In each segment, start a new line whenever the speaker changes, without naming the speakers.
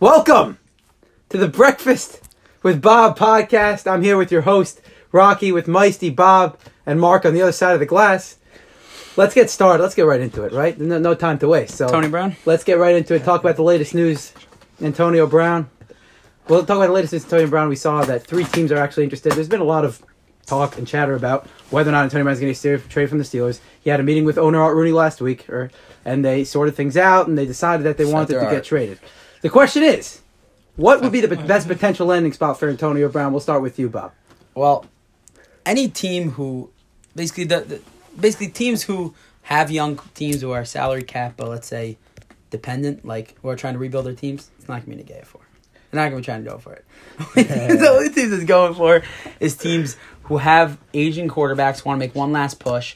Welcome to the Breakfast with Bob podcast. I'm here with your host, Rocky, with Meisty, Bob, and Mark on the other side of the glass. Let's get started. Let's get right into it, right? No, no time to waste. So
Tony Brown?
Let's get right into it. Talk about the latest news. Antonio Brown. We'll talk about the latest news. Antonio Brown. We saw that three teams are actually interested. There's been a lot of talk and chatter about whether or not Antonio Brown's going to get traded from the Steelers. He had a meeting with owner Art Rooney last week, or, and they sorted things out, and they decided that they wanted
their
to get
art.
traded. The question is, what would be the best potential landing spot for Antonio Brown? We'll start with you, Bob.
Well, any team who basically the, the basically teams who have young teams who are salary cap, but let's say dependent, like who are trying to rebuild their teams, it's not gonna be to get it for. They're not gonna be trying to go for it. the only teams that's going for is teams who have aging quarterbacks want to make one last push.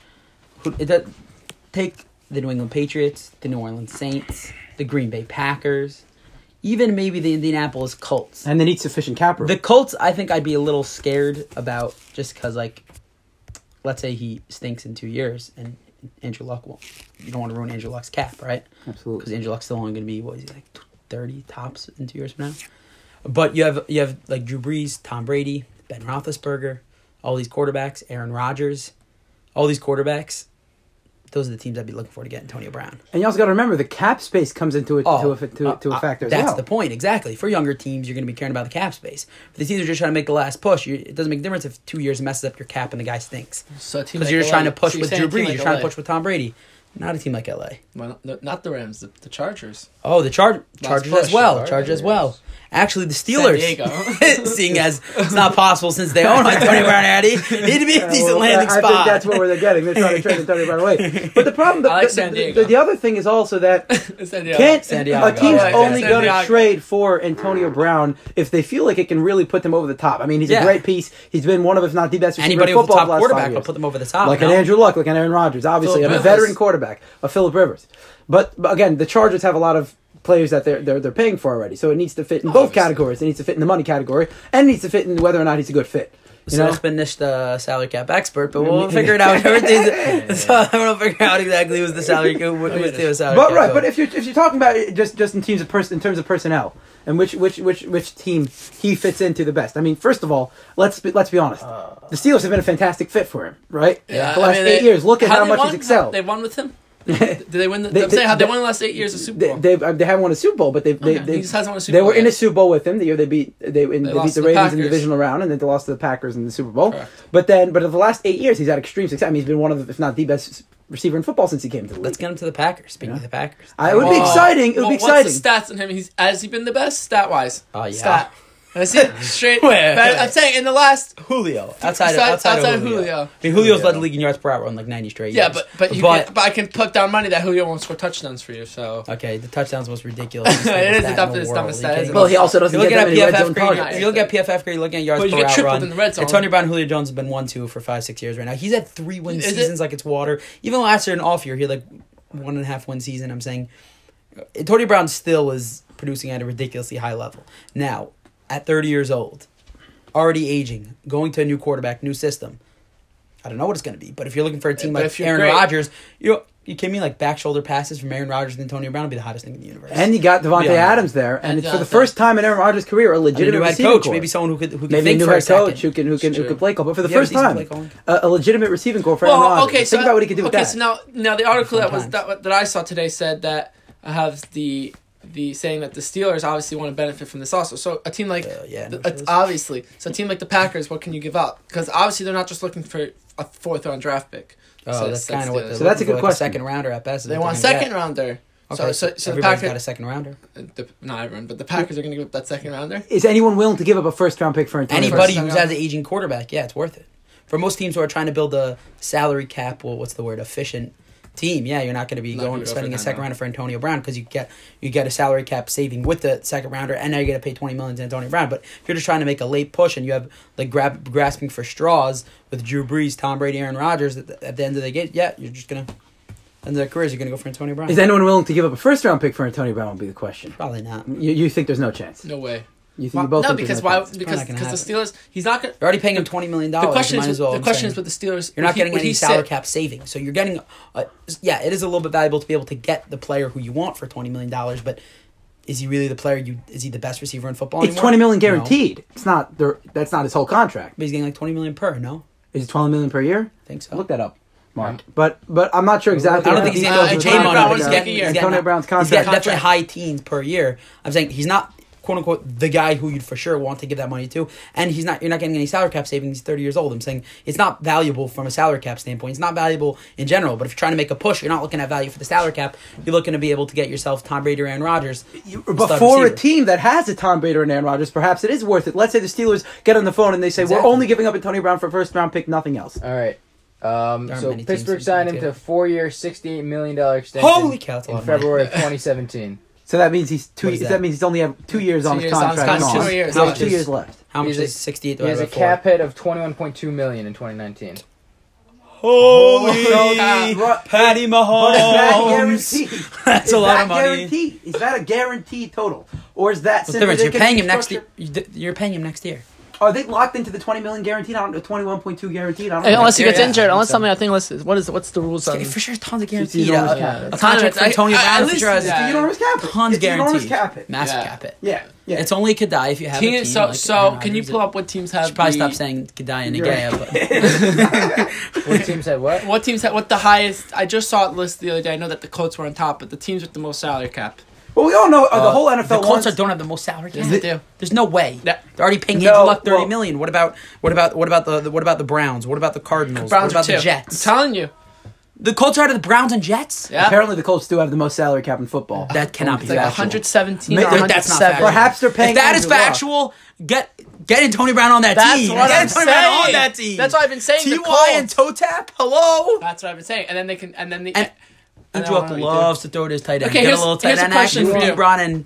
Who it, does- take the New England Patriots, the New Orleans Saints, the Green Bay Packers, even maybe the Indianapolis Colts.
And they need sufficient cap room.
The Colts, I think I'd be a little scared about just because, like, let's say he stinks in two years and Andrew Luck will. You don't want to ruin Andrew Luck's cap, right?
Absolutely.
Because Andrew Luck's still only going to be, what is he, like 30 tops in two years from now? But you have, you have like, Drew Brees, Tom Brady, Ben Roethlisberger, all these quarterbacks, Aaron Rodgers, all these quarterbacks. Those are the teams I'd be looking for to get Antonio Brown.
and you also got to remember the cap space comes into it to, a, to,
uh,
to a
uh,
factor as
That's
well.
the point, exactly. For younger teams, you're going to be caring about the cap space. For the teams who are just trying to make the last push, you, it doesn't make a difference if two years messes up your cap and the guy stinks.
So a team
Because
like
you're just
LA
trying to push
so
with Drew
saying a team
Brees,
like
you're trying to
LA.
push with Tom Brady. Not a team like LA.
Well, no, not the Rams, the, the Chargers.
Oh, the Char- Chargers
push,
as well.
Chargers.
Chargers as well. Actually, the Steelers.
Diego.
seeing as it's not possible since they own Antonio Brown Addy, it'd be a
Yeah,
decent
well,
landing
I
spot.
think that's what they're getting. They're trying to trade Antonio Brown away. But the problem, the,
I like
the-
San
the-
Diego.
the other thing is also that
San Diego.
can't
San
a
Diego.
team's
Yeah,
only
San
going to
Diego.
trade for Antonio Brown if they feel like it can really put them over the top. I mean, he's a
Yeah.
great piece. He's been one of, if not the best receiver
Anybody
in
with a
football
top
the last five
quarterback will
years.
put them over the top.
like
no?
an Andrew Luck, like an Aaron Rodgers, obviously, and
Phillip
a
Rivers.
veteran quarterback, a Philip Rivers. But, but again, the Chargers have a lot of players that they're, they're they're paying for already, so it needs to fit in both
Obviously.
categories. It needs to fit in the money category, and it needs to fit in whether or not he's a good fit. You
So
know,
that's been Nish the salary cap expert, but we'll figure it out. Everything. So I'm gonna finish figure out exactly who's the salary cap. Who's the salary
But
cap
right, but
goes.
if you're if you're talking about it just just in teams of person in terms of personnel and which which which which team he fits into the best. I mean, first of all, let's be, let's be honest. the Steelers have been a fantastic fit. For him, right?
Uh. Yeah,
The
I
last
mean,
eight
they-
years, look at how
they
much
won?
he's excelled.
They won with him. Did they win? The, I'm saying how they, won the last eight years of Super
They,
Bowl.
they've- uh, they haven't won a Super Bowl, but they've, they,
Okay.
they,
He just hasn't won a Super
they
Bowl
were in
yet.
a Super Bowl with him the year they beat they, in, they, beat
lost
the
to the
Ravens in the
Packers.
divisional round, and then they lost to the Packers in the Super Bowl.
Correct.
But then, but of the last eight years, he's had extreme success. I mean, he's been one of, the, if not the best receiver in football since he came to the
let's
league.
get into the Packers. Speaking of the Packers, Oh,
I- it would be
Whoa.
exciting. It would
Well,
be
What's
exciting.
the stats on him? He's has he been the best stat wise?
Oh, yeah.
Stat. I see it straight.
Where?
But I'm saying in the last.
Julio outside of,
Outside-
outside,
outside
of Julio.
Julio.
I mean, Julio's led the league in yards per hour on like 90 straight.
Yeah,
years.
but but you
but
can, but I can put down money that Julio won't score touchdowns for you. So
okay, the touchdowns was ridiculous.
It is the dumbest- dumbest stat, isn't it? Well,
he also doesn't
You're
get
looking at
that many red zone
PFF grade.
targets.
If you look at PFF grade, you're looking at yards
But you
per
get
out
tripled
run.
in the red zone.
Antonio Brown, Julio Jones have been one two for five six years right now. He's had three win
Is it-
seasons like it's water. Even last year in off year, he had like one and a half win season. I'm saying Antonio Brown still is producing at a ridiculously high level. Now, at 30 years old, already aging, going to a new quarterback, new system. I don't know what it's going to be, but if you're looking for a team
But
like
if you're
Aaron
great-
Rodgers, you you kidding me? Like back shoulder passes from Aaron Rodgers and Antonio Brown would be the hottest thing in the universe.
And you got Devontae
Yeah.
Adams there, and
And
it's for the
Devontae.
first time in Aaron Rodgers' career a
a
legitimate
new head
receiving
coach,
core.
maybe someone who could who could
Maybe a
think
new
for a
head
second.
coach who can who can who
Sure.
can play call, but for the
You have a
first
decent
time,
play calling.
a, a legitimate receiving core for Aaron
Well,
Rodgers.
okay, so
Think about what he could do with
okay,
that.
so now now the article that was
Sometimes.
that, that I saw today said that I have the the saying that the Steelers obviously want to benefit from this also. So a team like
Oh,
Uh, yeah,
the-
no shit.
obviously, so a team like the Packers, what can you give up? Because obviously they're not just looking for a fourth round draft pick.
Oh,
So
that's, kind of what.
Steelers.
they're
So that's a
looking for,
good
like
question.
second rounder at best. is
they
what
want a
they're gonna
second
get.
rounder.
Okay,
so so, so the
everybody's
Packers,
got a second rounder.
the, not everyone, but the Packers are going to give up that second rounder.
Is anyone willing to give up a first round pick for Antonio?
Anybody
First
who's
round.
has an aging quarterback, yeah, it's worth it. For most teams who are trying to build a salary cap, well, what's the word, efficient team? Yeah, you're not going to be
Not
going
gonna go
spending
for
a
nine
second
round.
rounder for Antonio Brown because you get you get a salary cap saving with the second rounder, and now you got to pay twenty million to Antonio Brown. But if you're just trying to make a late push and you have like grab, grasping for straws with Drew Brees, Tom Brady, Aaron Rodgers at the, at the end of the game, yeah, you're just gonna end of their careers. You're gonna go for Antonio Brown.
Is anyone willing to give up a first round pick for Antonio Brown? Would be the question.
probably not?
You, you think there's no chance?
No way.
You think
Why-
you both
no,
think there's
because
no
why?
chance.
Because
not gonna Oh,
because the Steelers, he's not going. to...
You're already paying him twenty million dollars.
The question is,
well,
the
I'm
question
saying.
is with the Steelers.
You're not
would he-
getting
would
any
he
salary
sit?
cap savings, so you're getting. Uh, yeah, it is a little bit valuable to be able to get the player who you want for twenty million dollars, but is he really the player? You is he the best receiver in football?
It's
anymore?
twenty million
No.
guaranteed. It's not. there- That's not his whole contract.
But he's getting like twenty million per. No,
Is it twenty million per year?
I think so.
Look that up, Mark. But but I'm not sure exactly.
I
what
don't think he's
the
getting
Uh,
details
like
of
J
the
Antonio
Money.
contract
Brown's
are.
He's
getting-
he's
Antonio Brown's
He's getting
contract.
definitely high teens per year. I'm saying he's not quote unquote the guy who you'd for sure want to give that money to, and he's not. You're not getting any salary cap savings. He's 30 years old. I'm saying it's not valuable from a salary cap standpoint. It's not valuable in general. But if you're trying to make a push, you're not looking at value for the salary cap. You're looking to be able to get yourself Tom Brady or Aaron Rodgers and
But
stud
for a
receiver.
team that has a Tom Brady and Aaron Rodgers, perhaps it is worth it. Let's say the Steelers get on the phone and they say,
Exactly.
"We're only giving up Antonio Brown for a first round pick, nothing else."
All right. Um,
There are
so
many teams
Pittsburgh
who
signed him
can
to
do
a
it.
four-year, sixty-eight million dollar extension.
Holy cow, that's a
In
lot of money.
February of 2017,
So that means he's two.
What is
That?
that?
means he's only have two years on
Two
his
years on his
contract.
contract.
gone.
Two years
He has
left.
two years left.
How much
He's a-
is 68
he has a
divided by
cap hit of 21.2 million in 2019.
Holy
cow.
Patty
uh, But is that
Mahomes.
guaranteed?
That's
Is
a lot
that
of money.
guaranteed? Is that a guaranteed total, or is that
What's the
simply
difference?
they
You're
can
paying him next year.
restructure-
You're paying him next year.
Are they locked into the twenty million guaranteed? I don't know, twenty-one point two guaranteed. I don't know.
Uh, unless he gets
Yeah, yeah.
injured, unless
So-
something I think unless what is what's the rules on
Yeah, for sure, tons of
He's
guaranteed.
enormous
Uh,
cap.
a
It's
contract
not-
for Antonio
I- I- at
Brown for
least-
sure has
It's a
yeah.
enormous cap. it.
tons
it's a enormous
guaranteed.
cap. it.
Massive
Yeah.
cap it.
Yeah, yeah.
It's only Kadai if you have a
Team,
team.
so
like
so
Aaron
can you
Rodgers.
pull up what teams
I
have?
should probably
the-
stop saying Kadai and
You're
Nagaya, but
What team said what?
What teams have what the highest? I just saw it list the other day. I know that the Colts were on top, but the teams with the most salary cap.
Well, we all know uh, the
Uh,
whole NFL.
the Colts
wants-
are, don't have the most salary cap.
Yes, they do.
There's no way.
Yeah.
They're already paying
No,
Andrew Luck thirty
well-
million. What about what about what about the, the what about the Browns? What about the Cardinals?
Browns
what about
are
the
two.
Jets?
I'm telling you,
the Colts are out of the Browns and Jets.
yeah,
Apparently, the Colts do have the most salary cap in football.
That cannot
it's
be
like
factual.
117.
Ma-
or
That's not
107.
factual.
Perhaps they're paying.
If that is
Andrew Luck.
factual, get get Antonio Brown on that
That's
team.
what
get
I'm
Antonio Brown on
saying.
that team.
That's what I've been saying. The
Ty and Totap. Hello.
That's what I've been saying. And then they can. And then the.
And-
I don't
Andrew Luck
know what we
loves to throw to his tight end.
Okay,
get
here's-
a little tight
here's a
end
question
action
for you.
LeBron and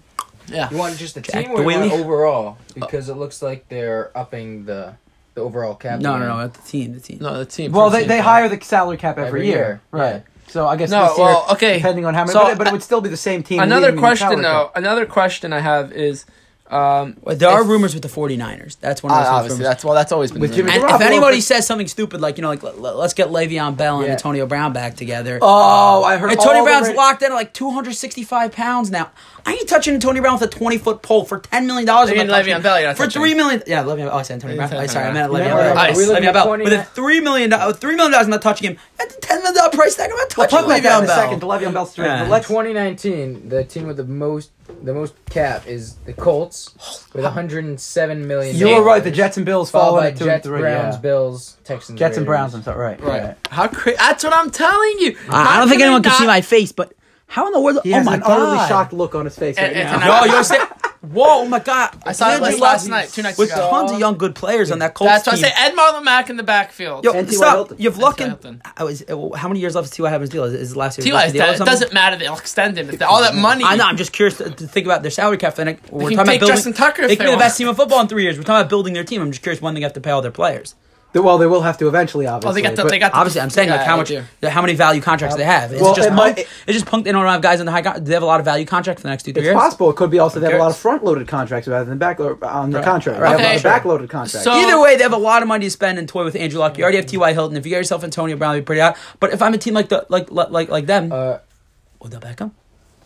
yeah.
You want just the
Jack Uh,
team or you want
Doyle?
overall? Because it looks like they're upping the the overall cap.
no, no,
again.
no, at the team, the team.
No, the team.
Well,
for
they,
team.
they hire the salary cap every,
Every
year.
year,
right?
yeah.
So I guess
No,
this year,
well, okay.
depending on how many,
So,
but, it- but it would still be the same team.
Another
leading in
question
salary cap.
though. Another question I have is, um,
Well, there are
If-
rumors with the 49ers. That's one of those things
obviously
rumors.
that's well, that's always been
With
the rumor.
Jimmy-
and
Garoppolo,
if anybody
but-
says something stupid like, you know, like let, us get Le'Veon Bell and
Yeah.
Antonio Brown back together.
Oh, I heard all
Antonio
the
Brown's
ra-
locked in at like 265 pounds now. I ain't touching Antonio Brown with a 20 foot pole for 10 million dollars.
You mean Le'veon Bell, you're not
for
touching.
three million. Yeah, Le'Veon. Oh, I said Antonio
You
Brown.
said
I sorry, I meant
Antonio
Le'Veon
Brown.
Bell.
Are we
looking
Le'Veon
at
Bell
20
with a three million dollars. Three million dollars. I'm not touching him at the 10 million dollar price tag. I'm not
We'll
touching
talk about
Le'Veon
that in a
Bell.
second. The Le'Veon Bell story.
Yeah.
But let's
2019, the team with the most the most cap is the Colts with 107 million.
You were right. The Jets and Bills
followed
followed
by
at two and
Jets,
three.
Browns,
yeah.
Bills, Texans,
Jets and
Raiders.
Browns. I'm sorry. Right.
Right.
right.
How cra- That's what I'm telling you.
I I
How
don't think
they
anyone can
not-
see my face, but how in the world?
He
oh
has
my
an
god!
utterly shocked look on his face right
And- and-
now.
and I-
No, you're saying. Whoa! Oh my god!
I saw it
Andrew
last, last
Luck
night, two nights
with
ago.
tons of young good players on that Colts
That's why I
team.
say Ed Marlon Mack in the backfield.
Yo,
And T.Y.
stop!
Hilton.
You've luck in.
And T.Y. Hilton.
I was, uh, how many years left does T.Y. have in his deal? Is, is it last year?
T.Y.
Is it last year
It
deal or something?
doesn't matter. They'll extend him. If they- all that money.
I know. I'm just curious to, to think about their salary cap. And like, we're talking
can
about
take
building.
Justin Tucker if
they could
they
be the
want.
best team in football in three years. We're talking about building their team. I'm just curious when they have to pay all their players.
Well, they will have to eventually, obviously.
Oh, they got the,
but-
they got the,
Obviously, I'm saying like
Yeah,
how
they
much,
do.
the- how many value contracts they have. Is
Well,
it just
it might-
punk? It's just punk. They don't have guys on the high. con- Do they have a lot of value contracts for the next two three
It's
years?
possible. It could be also they have a lot of
cares?
front-loaded contracts rather than back on the contrary.
Right.
They have a lot
Okay.
of back-loaded contracts.
So-
Either way, they have a lot of money to spend and toy with Andrew Luck. You already have T.Y. Hilton. If you get yourself Antonio Brown, it'd be pretty hot. But if I'm a team like the like like like, like them, oh,
Uh,
Odell Beckham,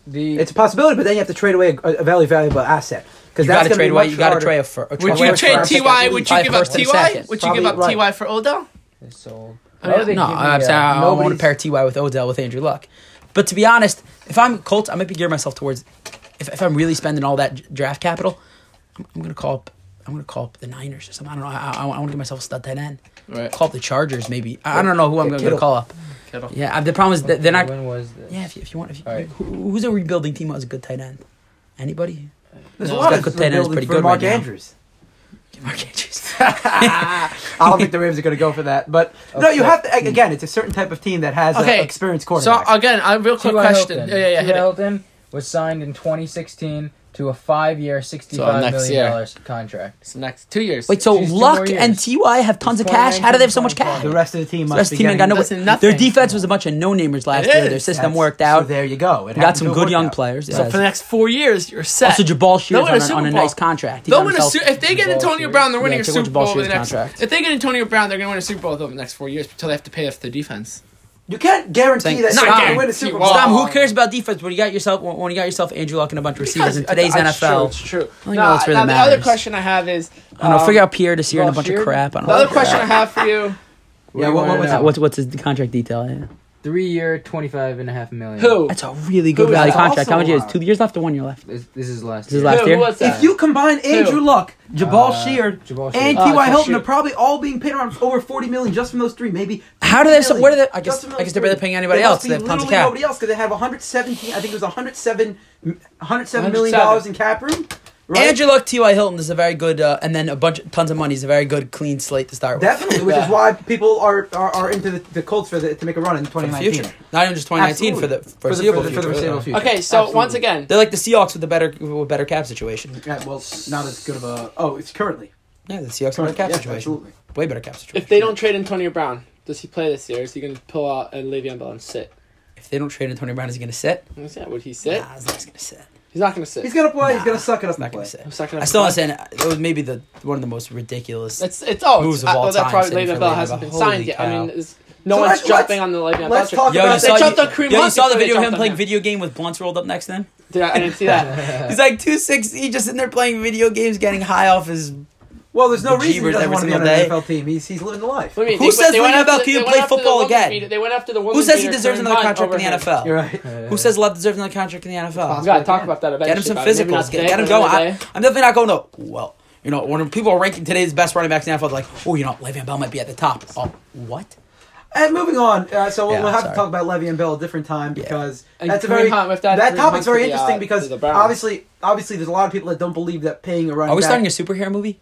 the
it's a possibility, but then you have to trade away a, a very valuable asset because
you got
that's going
to
to
trade
be much
away. You got to
harder.
trade a fir- or
Would
away
you
a
trade
first.
T.Y.? Would you
Probably
give up
first and
T.Y.?
second.
Would you give up
Probably
T.Y. for Odell?
they sold.
I mean,
Oh, they
No,
give me,
I'm
uh,
saying I don't want to
nobody's-
pair T.Y. with Odell with Andrew Luck. But to be honest, if I'm Colts, I might be gearing myself towards if, if I'm really spending all that j- draft capital, I'm, I'm gonna call up. I'm gonna call up the Niners or something. I don't know. I, I, want to give myself a stud tight end.
Right.
Call up the Chargers maybe. I, I don't know who I'm
Yeah,
gonna,
Kittle.
call up.
Kittle.
Yeah, I- the problem is that they're not.
When was this?
Yeah, if you, if you want, if you,
All right.
who, who's a rebuilding team that has a good tight end? Anybody?
There's a
No,
lot
that
of
could play that is
rebuilding
pretty
for
good
Mark
right now.
Andrews.
Mark Andrews.
I don't think the Ravens are going to go for that. But no, you have to. Again, it's a certain type of team that has
Okay.
an experienced
So
quarterback.
again, a real quick
T.Y.
question.
Hilton.
Yeah, yeah, yeah.
T.Y.
Hit it.
Hilton was signed in 2016 to a five-year, sixty-five
next
million
year.
dollars contract.
So next two years.
Wait, so
She's two more
Luck
years.
and Ty have tons of
She's
cash. How do they have so much
29,
cash?
the rest of the team
The
must
rest
be
of the team ain't
getting-
got no.
That's
Their
nothing.
defense was a bunch of no namers last
It
year. Their
is.
system
That's-
worked out.
So there you go. It
We got
happened
some
to
good
work
young
out.
players.
so
yes.
for the next four years, you're set.
also, Jabal
They'll
Shears
win a
on, a,
Super
on a
Bowl.
nice contract. He
They'll
got
win a
himself-
Su- if they get
Ball
Antonio
series.
Brown, they're
Yeah,
winning a
take
Super
Ball
Bowl over
series
the next.
contract.
If they get Antonio Brown, they're going to win a Super Bowl over the next four years until they have to pay off their defense.
You can't guarantee
Saying-
that you're
Not
going to
guarantee.
win a Super
Well,
Bowl.
Stom, who cares about defense when you got yourself when when you got yourself Andrew Luck and a bunch of receivers in
Because-
today's
that's true,
NFL?
it's true.
think
Now,
that's really
now the other
matters.
question I have is,
I don't know.
um,
Figure out Pierre this year and a bunch of
Rozier?
crap. I don't
the other
know.
question I have for you:
Yeah, what- what was
that?
What's what's his contract detail? Yeah.
Three year, twenty five and a half million.
Who?
That's a really good
Who is
value
that?
contract. How
Also
much years?
allowed.
Two years left or one year left?
This, this is last.
This is
year.
last
Who
year?
was that?
If you combine Andrew Luck, Jabal
Uh,
Sheard,
Jabal
and
Sheard.
Oh,
T.Y.
for
Hilton
sure.
are probably all being paid around over forty million just from those three. Maybe
How do they? So, what are they?
50
I guess.
just from
I
those
guess they're better
three.
paying anybody
They must
else.
be
They have tons of
literally
cap.
Nobody else because they have one hundred seventeen. I think it was 107, 107 million dollars in cap room. Right?
Andrew Luck, T.Y. Hilton is a very good, uh, and then a bunch, tons of money is a very good clean slate to start with.
Definitely, which
Yeah.
is why people are, are, are into the, the Colts for the, to make a run in
for the
2019.
future, not even just 2019 for the
for the,
foreseeable
for the, for the
future.
foreseeable future.
Okay, so once
Absolutely.
again,
They're like the Seahawks with a better with better cap situation.
Yeah, well, not as good of a. Oh, it's currently.
Yeah, the Seahawks have a better cap
Yeah,
situation.
Absolutely.
Way better cap situation.
if they don't trade Antonio Brown, does he play this year? Is he going to pull out and Le'Veon Bell and sit?
if they don't trade Antonio Brown, is he going to sit?
Is that- Would he sit?
Nah, he's not going to sit.
He's not going to sit.
He's gonna play. He's
Nah,
gonna suck it up.
He's not
and play.
going to sit.
I'm not gonna
I still
play.
don't understand. That was maybe the one of the most ridiculous.
It's it's oh,
Moves
moves
of all
that's
time,
probably
saying
Le'Veon
for
Bell
Le'Veon
hasn't
Bell.
been
Holy
signed yet. I mean,
cow.
is, no
So
one's
let's-
jumping
let's-
on the Le'Veon Bell
let's
trade.
talk
Yo, you
about
they
saw,
jumped
you,
on
yo,
Kareem
you
Hunt
saw the
before they
video of him
jumped on
playing
him.
video game with blunts rolled up next to him?
Dude, I didn't see that.
He's like 260, just in there playing video games, getting high off his.
Well, there's no
The
reason he
Jeebers
doesn't
every
want to be on an
single day.
NFL team. He's he's living the life.
What do you mean?
Who
They-
says
they went
Le'Veon
after
Bell can't
the- they went
play
after the
football
woman
again?
beater- They went after the woman
Who says he
beater,
deserves
Kareem
another
Hunt
contract in
over
the
him.
NFL?
You're right.
Who says Love deserves another contract in the NFL?
We gotta talk about that eventually.
Get him some
but maybe
physicals.
not
Get,
today,
get him
but another
going. I,
day.
I'm definitely not going to. Well, you know, when people are ranking today's best running backs in the NFL, they're like, oh, you know, Le'Veon Bell might be at the top. Oh, what?
And moving on, uh, so we'll,
Yeah,
we'll have
sorry.
to talk about Levy and Bell a different time because
And
that's a
Kareem
very
Hunt, if that-
that
Kareem
topic's
Hunt's
very
to the, uh,
interesting
to
because
the Browns.
obviously, obviously, there's a lot of people that don't believe that paying a running.
Are we
back-
starting a superhero movie?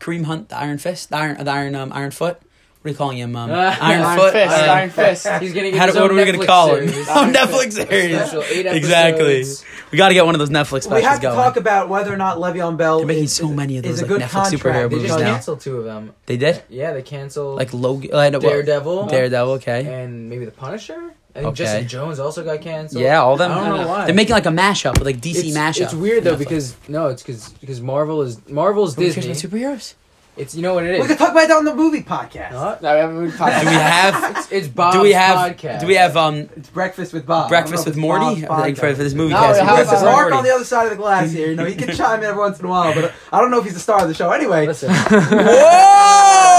Kareem Hunt, the Iron Fist, the Iron, the Iron, um, Iron Foot. What are you calling him? Um, Iron,
Iron
Foot.
Fist,
uh,
Iron Fist.
He's gonna get
how
his
do, what
own
are we going to
Netflix
call
series.
him? On Netflix
Special
series.
eight
Exactly.
episodes.
We got to get one of those Netflix
We
specials
have to
going.
talk about whether or not Le'Veon Bell.
They're making
is,
so many of
is
those,
a
like,
good
Netflix
contract.
superhero
They
movies
just
because-
now.
canceled two of them.
they did?
Yeah, they canceled
Like Logan. I know,
Daredevil
Daredevil, okay.
and maybe The Punisher. I think
Okay.
Jessica Jones also got canceled.
Yeah, all them.
I don't know why.
They're making like a mashup with like DC
it's,
mashup.
It's weird though
Netflix.
because no, it's because because Marvel is Marvel's
Who cares
Disney.
about superheroes.
It's you know what it
We could
is.
talk about that on the movie podcast.
Not-
No, we haven't moved
Do we
on.
have?
It's, it's Bob's
do we have?
podcast.
Do we have um
It's breakfast with Bob.
breakfast with
I don't know if it's
Morty I think
Bob's
for,
podcast.
for this movie
No,
cast?
yeah, how
breakfast
about
with
Mark
Mark
Morty.
on the other side of the glass here. You know, he can chime in every once in a while, but I don't know if he's the star of the show. Anyway,
Listen,
Whoa!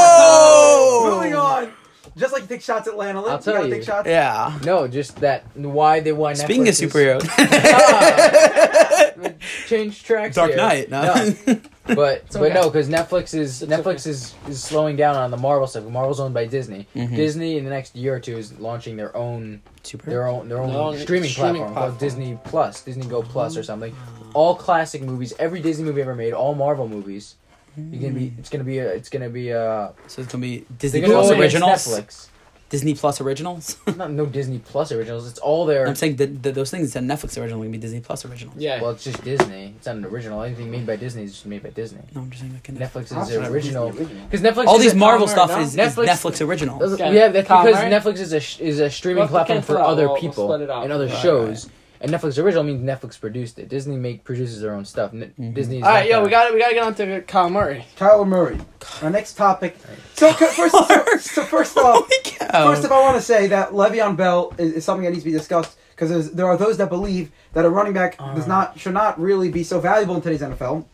Oh! moving on. Just like you take shots at Lana, Lynn,
I'll tell
gotta
you.
take shots.
Yeah.
no, just that why they why
Speaking
Netflix
of
is-
superheroes,
change tracks.
Dark
here.
Knight. No.
but but
okay.
no, because Netflix is
It's
Netflix is, is slowing down on the Marvel stuff. Marvel's owned by Disney.
Mhm.
Disney in the next year or two is launching their own
Superhero.
their own their own
Their own
streaming,
streaming
platform,
platform.
called Disney Plus, Disney Go Plus or something. All classic movies, every Disney movie ever made, all Marvel movies. You're gonna be it's gonna be a, it's gonna be a
So it's gonna be
they're
Disney
gonna
Plus
go against
originals.
Netflix.
Disney Plus originals.
Not no Disney Plus originals. It's all their
I'm saying that, that those things that Netflix original can be Disney Plus originals.
Yeah.
well, it's just Disney. It's not an original. Anything made by Disney is just made by Disney.
No, I'm just saying like Netflix.
Netflix is
Option
their
of
original
Disney original.
because Netflix.
All
is
these
a-
Marvel
Tom
stuff
Warner,
is,
no?
is
Netflix-
Netflix original.
Those-
Okay.
Yeah, that's
Tom,
because
right?
Netflix is a sh- is a streaming
We'll have to
platform
cancel
for
out.
other
We'll- we'll
people
split it up.
and other
Right,
shows. And Netflix original means Netflix produced it. Disney make produces their own stuff. N-
Mm-hmm.
Mhm.
Disney. Is
All right,
not
yo,
that.
we got we got to get on to Kyle Murray.
Kyler Murray. Our next topic. So c- first, so, so first off,
Holy cow.
first of all, I want to say that Le'Veon Bell is, is something that needs to be discussed because there are those that believe that a running back does not should not really be so valuable in today's NFL.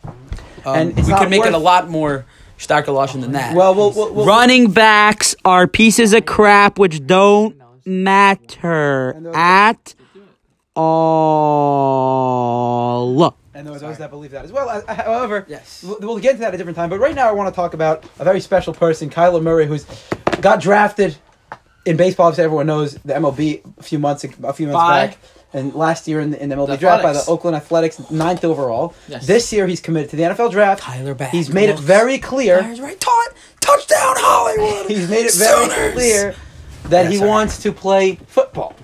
Um,
And it's
we
not
could make it
worth-
a lot more starker lotion than that.
Well, we'll, we'll, we'll
running backs are pieces of crap which don't matter at all.
and there are those that believe that as well. I- I- However, We'll, we'll get into that at a different time. But right now, I want to talk about a very special person, Kyler Murray, who's got drafted in baseball. Obviously, everyone knows the MLB a few months a few months
By-
back, and last year in the, in the MLB
The
draft by the
Athletics.
Oakland Athletics, ninth overall.
Yes.
This year, he's committed to the NFL draft.
Tyler Bass.
He's made it very clear.
Tyler's right. Taught, touchdown Hollywood.
He's made it very
Sooners.
clear that
Yeah,
he
sorry.
wants to play football,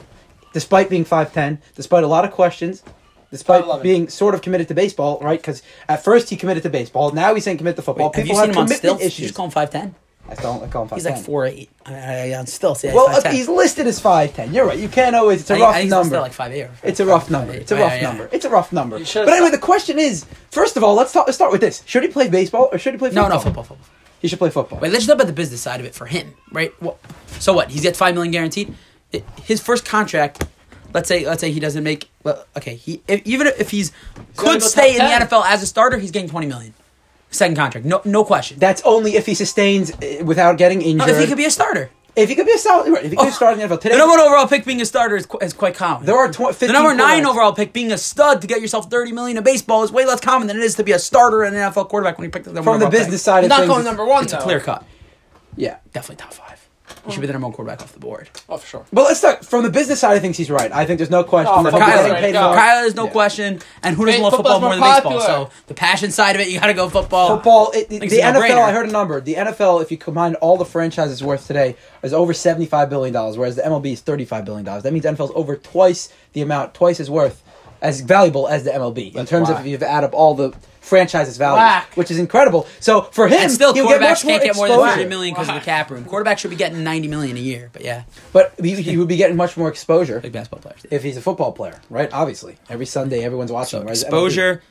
despite being five ten, despite a lot of questions.
I
Despite
love it.
being sort of committed to baseball, right? Because at first he committed to baseball, now he's saying commit to football.
Wait, have you
People
seen him on
commitment
stilts?
issues.
You just call him five ten.
I don't I call him five
He's like four eight. I, I, I, on stilts, yeah,
Well,
he's, 5'10".
he's listed as five ten. You're right. You can't always. It's a
I-
rough
I think he's
number.
still like five eight. Oh,
it's a rough number. It's a rough number. It's a rough number.
You
But
should've
anyway,
thought-
the question is: first of all, let's, talk, let's start with this. Should he play baseball or should he play
No,
football?
no, football, football.
He should play football.
Wait, let's talk about the business side of it for him, right? Well, so what? He's at five million guaranteed. i- his first contract. Let's say let's say he doesn't make. Well, okay, he if, even if he's,
gotta
could
go
stay in
top
the
10.
NFL as a starter, he's getting twenty million. Second contract, no no question.
That's only if he sustains uh, without getting
No,
injured.
if he could be a starter,
a solid, right, if he could be
Oh.
a starter in the NFL today,
the number one overall pick being a starter is, qu- is quite common.
there are tw- 15
the number nine
quarterbacks.
overall pick being a stud to get yourself thirty million in baseball is way less common than it is to be a starter and an NFL quarterback when you picked up the
from the business side of
Not
things.
going
it's-
number one
It's a
though.
clear cut.
Yeah,
Definitely top five. He should be the number one quarterback off the board.
Oh, for sure.
but let's talk from the business side of things. He's right. I think there's no question.
Oh,
that
for
he'll be
Kyler,
getting
right,
paid
no.
more.
Kyle is no
Yeah.
question, and who doesn't
Ba-
love football
football's
more than
more
baseball?
popular.
So the passion side of it, you got to go football.
Football, it, it-
Like,
the
it's a
NFL.
no-brainer.
I heard a number. The NFL, if you combine all the franchises worth today, is over seventy-five billion dollars, whereas the MLB is thirty-five billion dollars. That means NFL's over twice the amount, twice as worth, as valuable as the MLB in terms of
whack.
if you add up all the franchises' values,
Whack.
which is incredible. So for him,
And still,
he'll get much
quarterbacks can't get more than
exposure.
thirty million because of the cap room. Quarterbacks should be getting ninety million a year, but yeah,
But he, he would be getting much more exposure
big basketball players.
if he's a football player, right? Obviously, every Sunday everyone's watching.
So
whereas the MLB
exposure.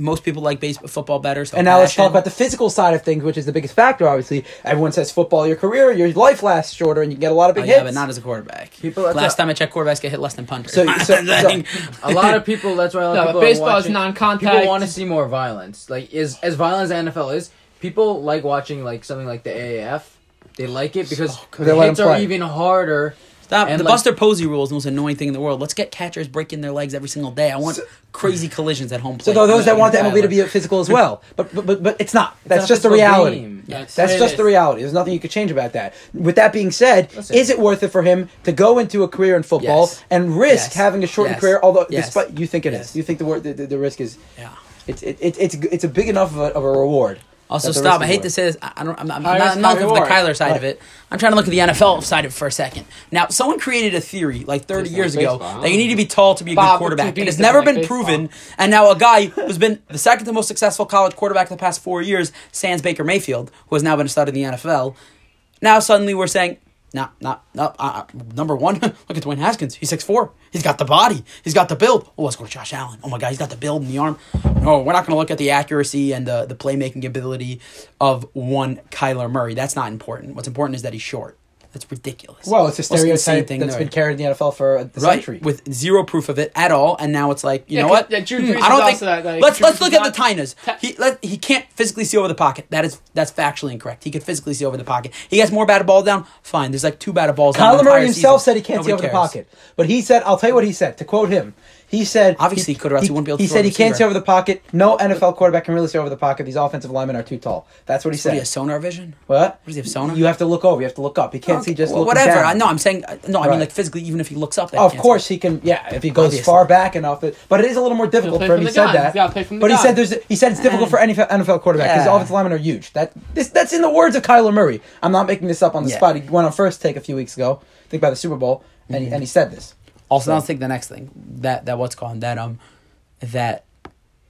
Most people like baseball, football better. So
And now let's
passion.
talk about the physical side of things, which is the biggest factor, obviously. Everyone says football, your career, your life lasts shorter, and you can get a lot of big
Oh,
hits.
yeah, but not as a quarterback.
People- that's
Last
a-
time I checked, quarterbacks get hit less than punters.
So- so-
Like,
A lot of people. That's why a lot
No,
of
but
people
baseball
are
is
watching.
non-contact.
People want to see more violence. Like is as violent as NFL is. People like watching like something like the AAF. They like it because
They
the
let 'em
hits are
play.
even harder.
Stop.
And
the
like-
Buster Posey rule is the most annoying thing in the world. Let's get catchers breaking their legs every single day. I want crazy collisions at home.
so
Plate.
though those that want the
Yeah,
MLB to
like-
be physical as well, but but but, but it's not. That's
not a
just the
physical
reality.
game.
Yes.
That's
It
just
is.
the reality. There's nothing you could change about that. With that being said,
Listen.
is it worth it for him to go into a career in football
Yes.
and risk
Yes.
having a shortened
Yes.
career? Although,
Yes.
despite you think it is,
Yes.
you think the, wor- the the the risk is
Yeah.
it's it, it, it's it's a big enough of a, of a reward.
Also,
that the risk
stop. I
is
hate
worth
to
it.
say this. I I don't. I'm, I'm
Highest
not, I'm not looking for the
reward.
Kyler side of
Right.
it. I'm trying to look at the NFL side of it for a second. Now, someone created a theory like 30
Just
years
like
ago
baseball.
that you need to be tall to be a
Bob,
good quarterback,
QB
and it's
doesn't
never
like
been
baseball.
proven. And now a guy who's been the second to most successful college quarterback in the past four years, Sans Baker Mayfield, who has now been a stud in the NFL. Now suddenly we're saying, no, no, no. Uh, uh, number one, look at Dwayne Haskins. He's 6'4". He's got the body. He's got the build. Oh, let's go to Josh Allen. Oh my God, he's got the build and the arm. No, we're not going to look at the accuracy and the the playmaking ability of one Kyler Murray. That's not important. What's important is that he's short. That's ridiculous.
Well, it's a
What's the insane
stereotype that's
there?
been carried in the NFL for a
Right,
century.
with zero proof of it at all, and now it's like you
Yeah,
know
'cause-
what?
yeah, Drew
Hmm,
Brees
I
is
don't think.
also that, like,
let's
Drew
let's
Brees
look at
not-
the Tinas.
Ta-
He let, he can't physically see over the pocket. That is that's factually incorrect. He could physically see over the pocket. He gets more batted ball down. Fine. There's like two batted balls. down the
Kyler Murray
entire
himself
season.
said he can't
Nobody
see over the
cares.
pocket, but he said, "I'll tell you what he said." To quote him, he said,
Obviously, he could, or else he wouldn't be able to
He
throw
said
a
he can't see
receiver.
over the pocket. No NFL quarterback can really see over the pocket. These offensive linemen are too tall. That's what he
What,
said.
he has sonar vision.
What?
does he have, sonar?
You have to look over. You have to look up. He can't see
Okay,
just
Oh, well,
looking
whatever.
down.
I, no, I'm saying uh, no. I mean,
Right.
like physically, even if he looks up, that
Of
can't
course he can. Yeah, if he goes
Obviously.
far back and off it, but it is a little more difficult
play
for him.
from
He
the
said
gun.
that.
You gotta play from the
but he
gun.
said there's he said it's difficult for any NFL quarterback because
Yeah.
offensive linemen are huge. That this that's in the words of Kyler Murray. I'm not making this up on the
Yeah.
spot. He went on first take a few weeks ago. I think by the Super Bowl, and
Mm-hmm.
he, and he said this.
Also, I'll take the next thing that that what's called that um that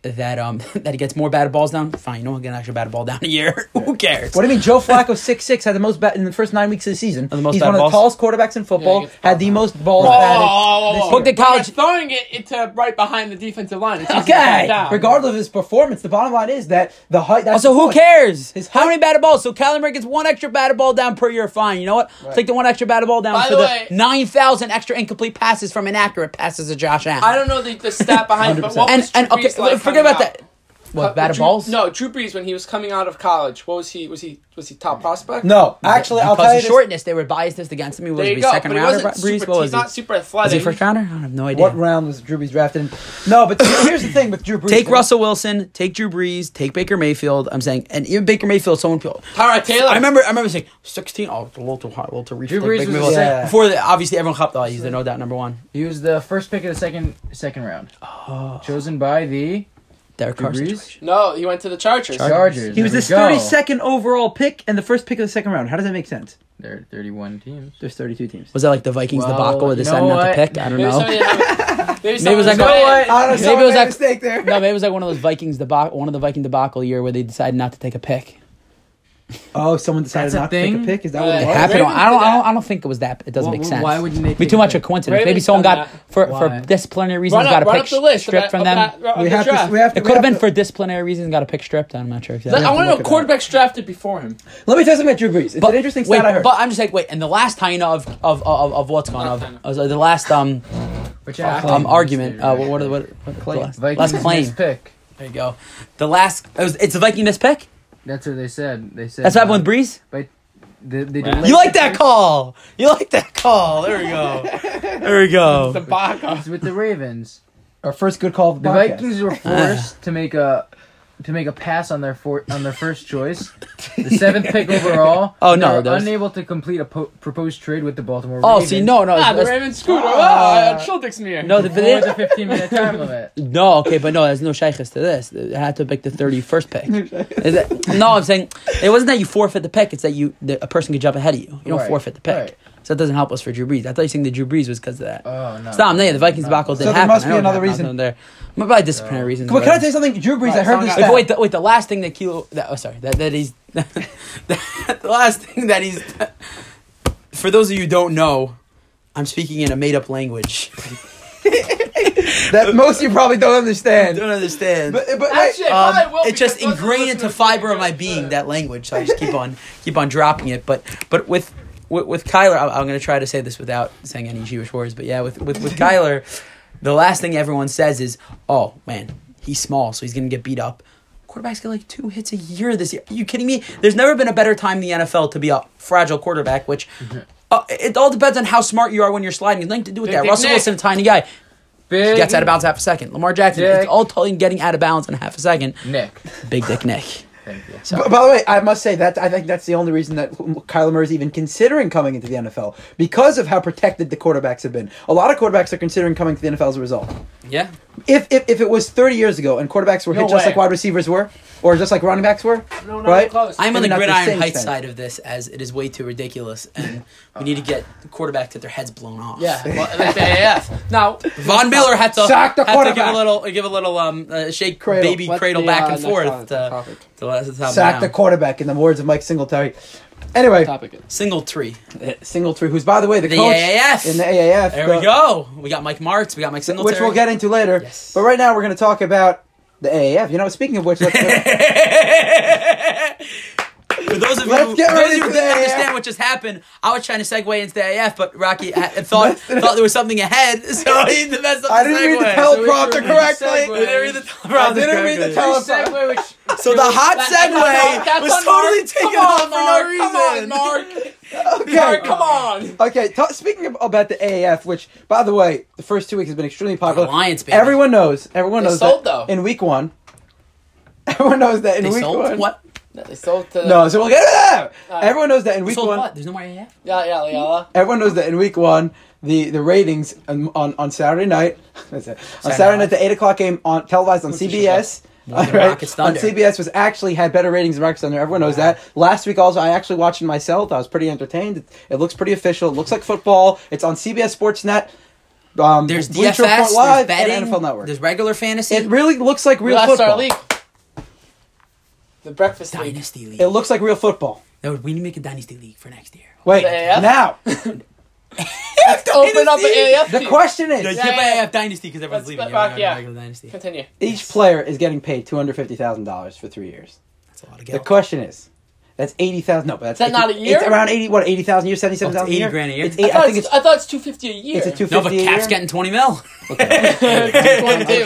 that um that he gets more batted balls down. Fine, you know, get an extra batted ball down a year. Who cares?
What do you mean? Joe Flacco, six six, had the most bat in the first nine weeks of the season.
The most
He's
bat
one of the
balls?
tallest quarterbacks in football.
Yeah, he gets
had the most balls
Whoa,
batted.
whoa,
this
whoa, whoa.
year.
Book the college.
You're throwing it into right behind the defensive line. It's easy to
Okay.
put down.
Regardless of his performance, the bottom line is that the height. That's
Also,
the
who
point.
cares?
His
How
height-
many batted balls? So Kyler Murray gets one extra batted ball down per year. Fine. You know what? Take the one extra batted ball down
By
for
the
the,
way-
nine thousand extra incomplete passes from inaccurate passes to Josh Allen.
I don't know the, the stat behind it, but what
and
was
and
Drew
okay,
Brees like
forget
coming
about
out?
that. What
Uh,
batted
Drew-
balls?
No, Drew Brees when he was coming out of college, what was he? Was he was he top prospect?
No, actually, I'll
because
tell you
of
this.
shortness, they were biased against him. He was
there
be
you go.
second
but he
rounder.
wasn't
Brees,
super,
what
he's
was he?
not super athletic.
Was he first rounder? I have no idea.
What round was Drew Brees drafted? in? No, but here's the thing with Drew Brees.
Take Russell Wilson, take Drew Brees, take Baker Mayfield. I'm saying, and even Baker Mayfield, someone people.
Tyrod Taylor.
I remember, I remember saying 16. Oh, it's a little too hard, a little too reach.
Drew
Take
Brees
Baker
was
Mayfield.
the same.
Before the, obviously everyone hopped. Oh, he's the no doubt number one.
He was the first pick of the second second round,
Oh.
chosen by the
Derek Carr
Brees?
situation.
No, he went to the Chargers.
Chargers.
He was
There
the
we go.
32nd overall pick and the first pick of the second round. How does that make sense?
There are 31 teams.
There's 32 teams.
Was that like the Vikings
Well,
debacle where they
you
decided
know
not to
what?
pick? I don't
Maybe somebody
know.
had- maybe
Maybe it was
someone
like, oh,
had-
what?
I don't know,
Maybe it was
someone made a
like-
mistake there.
No, maybe it was like one of those Vikings debacle, one of the Viking debacle year where they decided not to take a pick.
Oh, someone decided
That's a
not to pick a
thing?
pick. Is that
Uh,
what
It
it
Well,
was?
happened.
Ravens
on- I don't.
did
I don't.
that.
I don't think it was that. It doesn't Why- make sense. Why wouldn't they? be pick too much that?
a
of a coincidence. Maybe
Ravens
someone
done
got
that.
for for
Why?
disciplinary reasons
Run
got
up,
a
run
pick
up the list.
stripped
of
from
that-
them.
of that- of
We
the
have
draft.
to. We have to.
it
we
could have
have
been
to-
for disciplinary reasons got a pick stripped. I'm not sure
Let-
exactly.
have
I
to
want
look
to
it
know
up.
quarterbacks drafted before him.
Let me tell you something about Drew Brees. It's an interesting
wait,
stat I heard.
But I'm just like, wait, and the last tie of of of, of what's gone of uh, the last um
Which
um argument. Uh, what what, what, what the
Claim.
last,
Vikings
last claim?
missed pick.
There you go. The last it was, it's the Viking miss pick.
That's what they said. They said
That's what happened
uh,
with Breeze.
They, they
You
delayed
You like that call? You like that call? There we go. There we
The
go.
Baca.
with the Ravens.
Our first good call of the
The
podcast.
Vikings
Uh.
were forced to make a to make a pass on their for, on their first choice, the seventh pick overall.
Oh,
and
no,
they were
those-
unable to complete a po- proposed trade with the Baltimore.
Oh,
Ravens
see, no, no,
Ah, the
that's-
Ravens screwed him.
Uh,
Ah, Schuldich's near.
no, the,
before the fifteen minute time limit.
No, okay, but no, there's no sheikhs to this. It had to pick the 31st pick. Is that- no, I'm saying it wasn't that you forfeit the pick. It's that you that a person could jump ahead of you. You don't
Right,
forfeit the pick.
right.
So that doesn't help us for Drew Brees. I thought you were saying the Drew Brees was because of that.
Oh no!
Stop, I'm saying the Vikings debacle
So
did
there
happen.
must
I
be
know
another
that happened
reason.
There. But by disciplinary reasons.
But can I
whatever.
tell you something? Drew Brees. I
Right,
heard this
someone
Wait,
stat.
but wait, the, wait, the last thing that Kilo. That, oh, sorry. That, that he's. the last thing that he's. For those of you who don't know, I'm speaking in a made up language.
that most you probably don't
I
understand.
don't understand.
But but
That
wait,
shit
Um,
probably will
it just
because those
ingrained
listeners
into fiber of
will
my
be
being
upset.
that language. So I just keep on keep on dropping it. But but with with, with Kyler, I'm, I'm going to try to say this without saying any Jewish words. But yeah, with with with Kyler, the last thing everyone says is, "Oh man, he's small, so he's going to get beat up." Quarterbacks get like two hits a year this year. Are you kidding me? There's never been a better time in the NFL to be a fragile quarterback. Which uh, it all depends on how smart you are when you're sliding. There's nothing to do with
Big,
that.
big
Russell
neck.
Wilson, a tiny guy,
Big
gets out of bounds in half a second. Lamar Jackson,
Dick.
it's all totally getting out of bounds in half a second.
Nick.
Big Dick Nick.
Thank you.
but by the way, I must say that I think that's the only reason that Kyler Murray's even considering coming into the NFL because of how protected the quarterbacks have been. A lot of quarterbacks are considering coming to the NFL as a result.
Yeah.
If if, if it was 30 years ago and quarterbacks were
No
hit just
way.
like wide receivers were, or just like running backs were,
No, not
right?
close.
I'm on
Maybe
the
not the
gridiron
same
height
thing.
side of this as it is way too ridiculous and we need to get the quarterback to their heads blown off.
yeah, well, like the AF. Now,
Von Miller had to,
Sack the
had to give a
quarterback.
little give a little um uh, shake
Cradle.
baby
What's
cradle
the,
back
uh,
and
next one?
forth to,
Topic.
to let the top
Sack
down.
the quarterback, in the words of Mike Singletary. Anyway,
Topic it.
single tree.
Singletary, who's by the way the,
The
coach
AAF.
in the AAF,
There
the-
we go. We got Mike Martz. We got Mike Singletary.
uh, which we'll get into later.
Yes.
But right now we're going to talk about the AAF. You know, speaking of which, let's,
For those of you,
Let's
who-
get
those
ready
of you who
for the
didn't
AF.
understand what just happened, I was trying to segue into the AF, but Rocky ha- thought
Let's-
thought there was something ahead, so he messed up
I
the
didn't
segue.
read the tele-
we
Prompter
should
correctly.
segue.
I didn't read the
I
teleprompter
didn't read the
correctly.
tele-
Segue, which
So the hot segue
That's
was
on
totally taken
Mark. Come
off
on,
for
Mark.
no reason.
okay,
Mark, come on.
Okay, ta speaking ab- about the AAF, which, by the way, the first two weeks has been extremely popular.
Alliance, baby.
Everyone knows. Everyone
They
knows.
sold,
that
though.
In week one. Everyone knows that in
They
week
sold
one.
what?
No, They sold to
No, so we'll get to
Uh,
that. Everyone knows that in
They
week
sold
one.
what? There's no more AF.
Yeah, yeah, yeah. yeah.
Everyone knows that in week one, the, the ratings on, on, on Saturday night, that's it. on
Saturday
Saturday night,
night.
the 8 o'clock game on televised on CBS.
Rockets
on
Thunder.
CBS was actually had better ratings than Rockets Thunder. Everyone knows
Wow.
that. Last week also, I actually watched it myself. I was pretty entertained. It, it looks pretty official. It looks like football. It's on CBS Sportsnet. Um,
There's
Bleacher
DFS.
Report
There's
Live
betting.
and NFL Network.
There's regular fantasy.
it really looks like
We
real
lost
football.
our league. The breakfast league.
dynasty league.
It looks like real football.
No, we need to make a dynasty league for next year.
Wait,
The AF?
now
Let's open up an AF.
the
team.
question is:
Yeah,
yeah,
yeah,
yeah.
AF dynasty because everyone's
Let's
leaving.
go back,
Everyone
yeah.
regular dynasty.
Continue.
each player is getting paid two hundred fifty thousand dollars for three years.
That's a lot of
The
guilt.
question is, that's eighty thousand. No, but that's
Is that not a
It's
year?
around eighty. What eighty thousand a year? Seventy
Oh,
seven
it's
thousand.
80 grand a year?
It's
I
eight,
thought,
I think
it's,
it's
I thought it's 250 a year.
it's a two fifty.
no, but
a
Cap's
year.
getting 20 mil.
I'm
Twenty-two.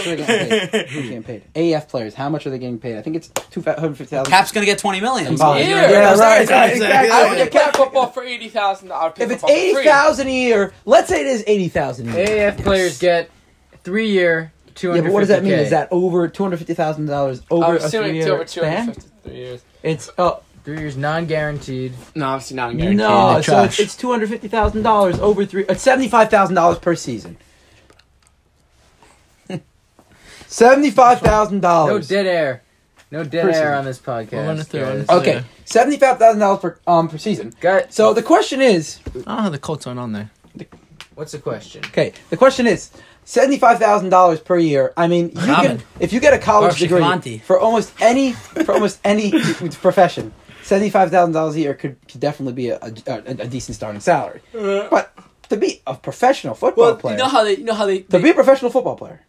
sure they're getting paid. Who's getting paid? AF players. How much are they getting paid? I think it's two hundred fifty thousand.
Cap's gonna get 20 million.
Combined.
Yeah,
right, right, exactly.
I would get
Yeah.
cap football for eighty thousand dollars.
If it's eighty thousand a year, let's say it is eighty thousand a year.
AAF players get three year two
Yeah,
hundred.
but what does that mean? Is that over two hundred fifty thousand dollars
I'm
over a
assuming
three
it's over
year
two
span?
hundred fifty-three years.
It's oh
three years non guaranteed?
No, obviously not in guarantee.
no,
the
so it's,
trash.
it's two hundred fifty thousand dollars over three. It's seventy five thousand dollars per season. seventy five thousand
No
dollars.
dead air. No dead
Person.
air on this podcast.
We'll run it through, run it
guys.
Okay,
Yeah.
seventy-five thousand dollars per um per season.
Got-
So the question is,
I don't have the Colts on on there.
What's the question?
okay, the question is, seventy-five thousand dollars per year. I mean, you
Ramen.
can, if you get a college
Or
degree
Shivanti.
for almost any for almost any profession, seventy five thousand dollars a year could, could definitely be a, a, a, a decent starting salary. But to be a professional football
Uh. Well,
player,
you know how they, you know how they,
to
they-
be a professional football player,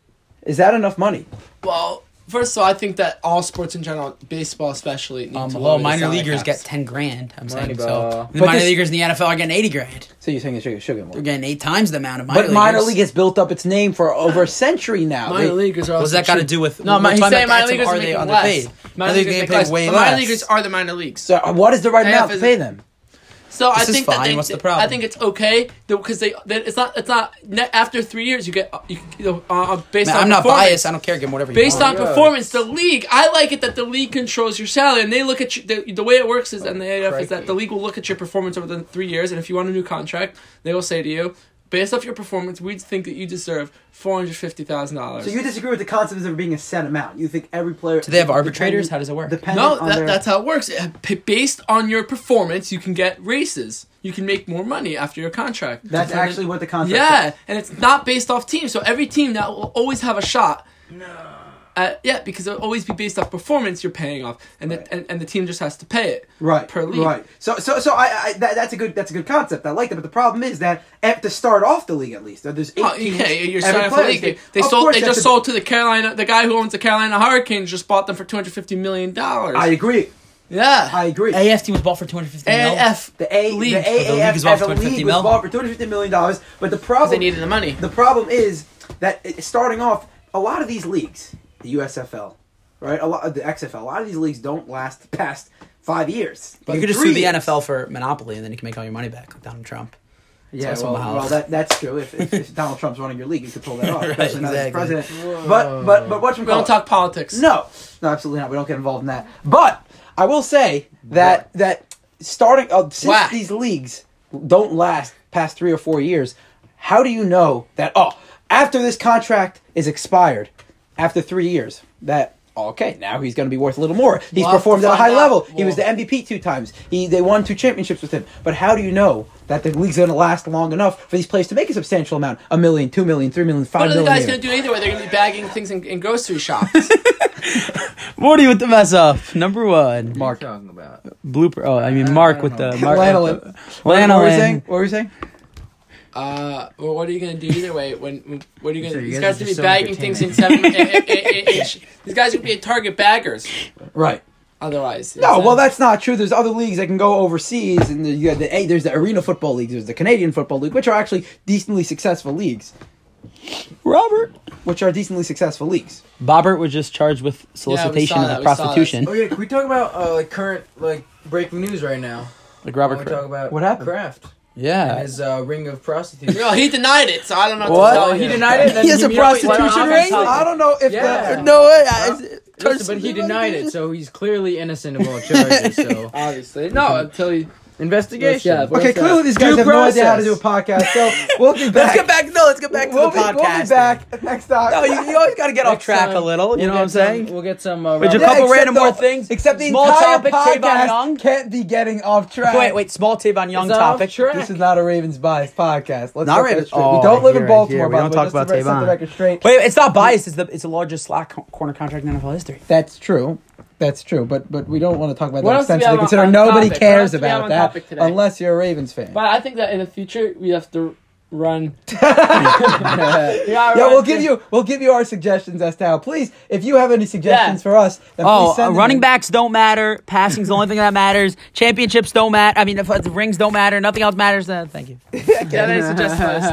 is that enough money?
well. First of all, I think that all sports in general, baseball especially, need
Um,
to
well,
lower the
minor
salary
leaguers get
caps.
ten grand. I'm saying so.
Moneyball.
The
But
minor
this-
leaguers in the NFL are getting eighty grand.
So you're saying it should, should get more.
They're getting eight times the amount of minor
But
leaguers.
minor league has built up its name for over a century now.
minor
They-
leaguers are.
What's
also
that got to
cheap.
do with?
No,
we're
my, he's
talking
saying
about
minor
the
leaguers
ads
are
and
making
are they
less.
underpaid?
Minor leaguers make
getting
less.
paid way
But minor
less.
leaguers are the minor leagues.
So uh, what is the right
They
amount
have
to
is-
pay them?
So I
This is
think that
fine.
they,
What's the
they-
problem?
I think it's okay because they, they it's not it's not ne- after three years you get you, you know, uh, based
Man,
on
I'm not
performance.
biased. I don't care. Give them whatever. you
Based
want.
on
yeah.
performance, the league. I like it that the league controls your salary, and they look at you, the, the way it works is, and the AF is that
crikey.
the league will look at your performance over the three years, and if you want a new contract, they will say to you, based off your performance, we think that you deserve four hundred fifty thousand dollars.
So you disagree with the concept of there being a set amount? You think every player?
Do they have arbitrators? How does it work?
Depending
No,
on
that,
their-
that's how it works. Uh, p- Based on your performance, you can get raises. You can make more money after your contract.
that's
And it-
actually what the concept.
Yeah,
is.
and it's not based off team. So every team now will always have a shot. No. Uh, yeah, because it'll always be based off performance you're paying off, and the and, and the team just has to pay it.
Right.
Per league.
Right. So so so I, I that, that's a good that's a good concept. I like that, but the problem is that at, to start off the league at least, there's eight
Oh,
teams
yeah, you're
every
signing for
player
league. They,
is-
they
Of
sold.
course
They
that's
just
a-
sold to the Carolina. The guy who owns the Carolina Hurricanes just bought them for two hundred fifty million dollars.
I agree.
yeah.
I agree.
AFT was bought for 250 mil.
AF
the A
league.
the
league
AAF
is
as
off
a
to $250
league was
mil.
bought for two hundred fifty million dollars, but the problem
they needed the money.
The problem is that it, starting off, a lot of these leagues, the USFL, right, a lot of the XFL, a lot of these leagues don't last past five years.
You
Even
could just
three
sue the
years.
NFL for monopoly, and then you can make all your money back, like Donald Trump.
Yeah,
also
well,
Mahal.
well that, that's true. If, if, if Donald Trump's running your league, you could pull that off,
Right,
especially now that he's
exactly.
president. But but but what
We don't talk politics.
No, no, absolutely not. We don't get involved in that. But I will say that that starting uh, since
Whack.
these leagues don't last past three or four years, how do you know that? Oh, after this contract is expired, after three years, that. oh, Okay, now he's going to be worth a little more. He's
We'll have
performed
to
at a high
find out.
level. He was the
We'll-
MVP two times. He they won two championships with him. But how do you know that the league's going to last long enough for these players to make a substantial amount? A million, two million, three million, five
What are the
million.
guys
a
going
year?
to do either way? They're going to be bagging things in, in grocery shops.
Morty with the mess up. Number one.
Mark talking about.
Blooper. Oh, I
I-
mean,
I
Mark
don't
with
know.
the. Mark
Lanolin.
with the-
What were you
Lanolin.
saying? What were you saying?
Uh, well, what are you gonna do either way? When when- what are you gonna?
So you
these
guys
guys gonna be
are just so
bagging things in seven. eh, eh, eh, eh, eh, sh- these guys are gonna be target baggers.
Right.
Otherwise,
No,
It's,
well,
uh,
that's not true. There's other leagues that can go overseas, and the, you got the, eh, there's the Arena Football League, there's the Canadian Football League, which are actually decently successful leagues.
Robert.
Which are decently successful leagues.
Bobbert was just charged with
we
solicitation
saw
of
that, we saw that.
prostitution.
Oh yeah, can we talk about uh, like current like breaking news right now?
Like
I
Robert.
want to
Cra-
talk about
What happened?
Kraft and
yeah.
his uh, ring of prostitutes.
well, he denied it, so I don't know. What?
What?
To
Oh,
tell
he
you.
denied it. and then
He has
he
a
made up his
prostitution
own
ring?
topic.
I don't know if
Yeah.
that.
No way. I-
Huh? Listen, but he denied it, so he's clearly innocent of all charges. So
Obviously, no. Until you.
investigation.
Yeah, but-
Okay,
What's
clearly
that?
these guys
Due
have no idea how to do a
process.
podcast, so we'll be back.
Let's get back. No, let's get back to
we'll
the
be,
podcast.
We'll be back next time.
No, you, you always got to get off
Next
track a
time,
little. You
we'll
know what I'm
get some-
saying?
We'll get some. Uh,
Would you
Robert-
couple
except
random
the-
more things.
Except the
Small
entire
topic, Trayvon
podcast
Young.
can't be getting off track.
Wait, wait. Small Tavon Young
It's off
topic.
track.
This is not a Ravens biased podcast. Let's get
Not
that
Ravens-
straight.
Oh,
we don't live
here,
in Baltimore.
here. We
by the
don't
way,
talk
just
about
to set the
Tavon.
record straight.
Wait, it's not biased. It's the it's the largest slot co- corner contract in NFL history.
That's true. That's true, but but we don't want to talk about
What
that
else do we
extensively,
have on-
considering
on
nobody
topic? What else
cares
do we have
about
on
that
topic today?
unless you're a Ravens fan.
But I think that in the future we have to run.
yeah,
Yeah,
we'll give you we'll give you our suggestions as to how. Please, if you have any suggestions
Yeah.
for us, then
Oh,
please send
uh,
them
running
in.
backs don't matter. Passing's the only thing that matters. Championships don't matter. I mean, if, if rings don't matter. Nothing else matters. Uh, thank you.
Yeah, they suggested us.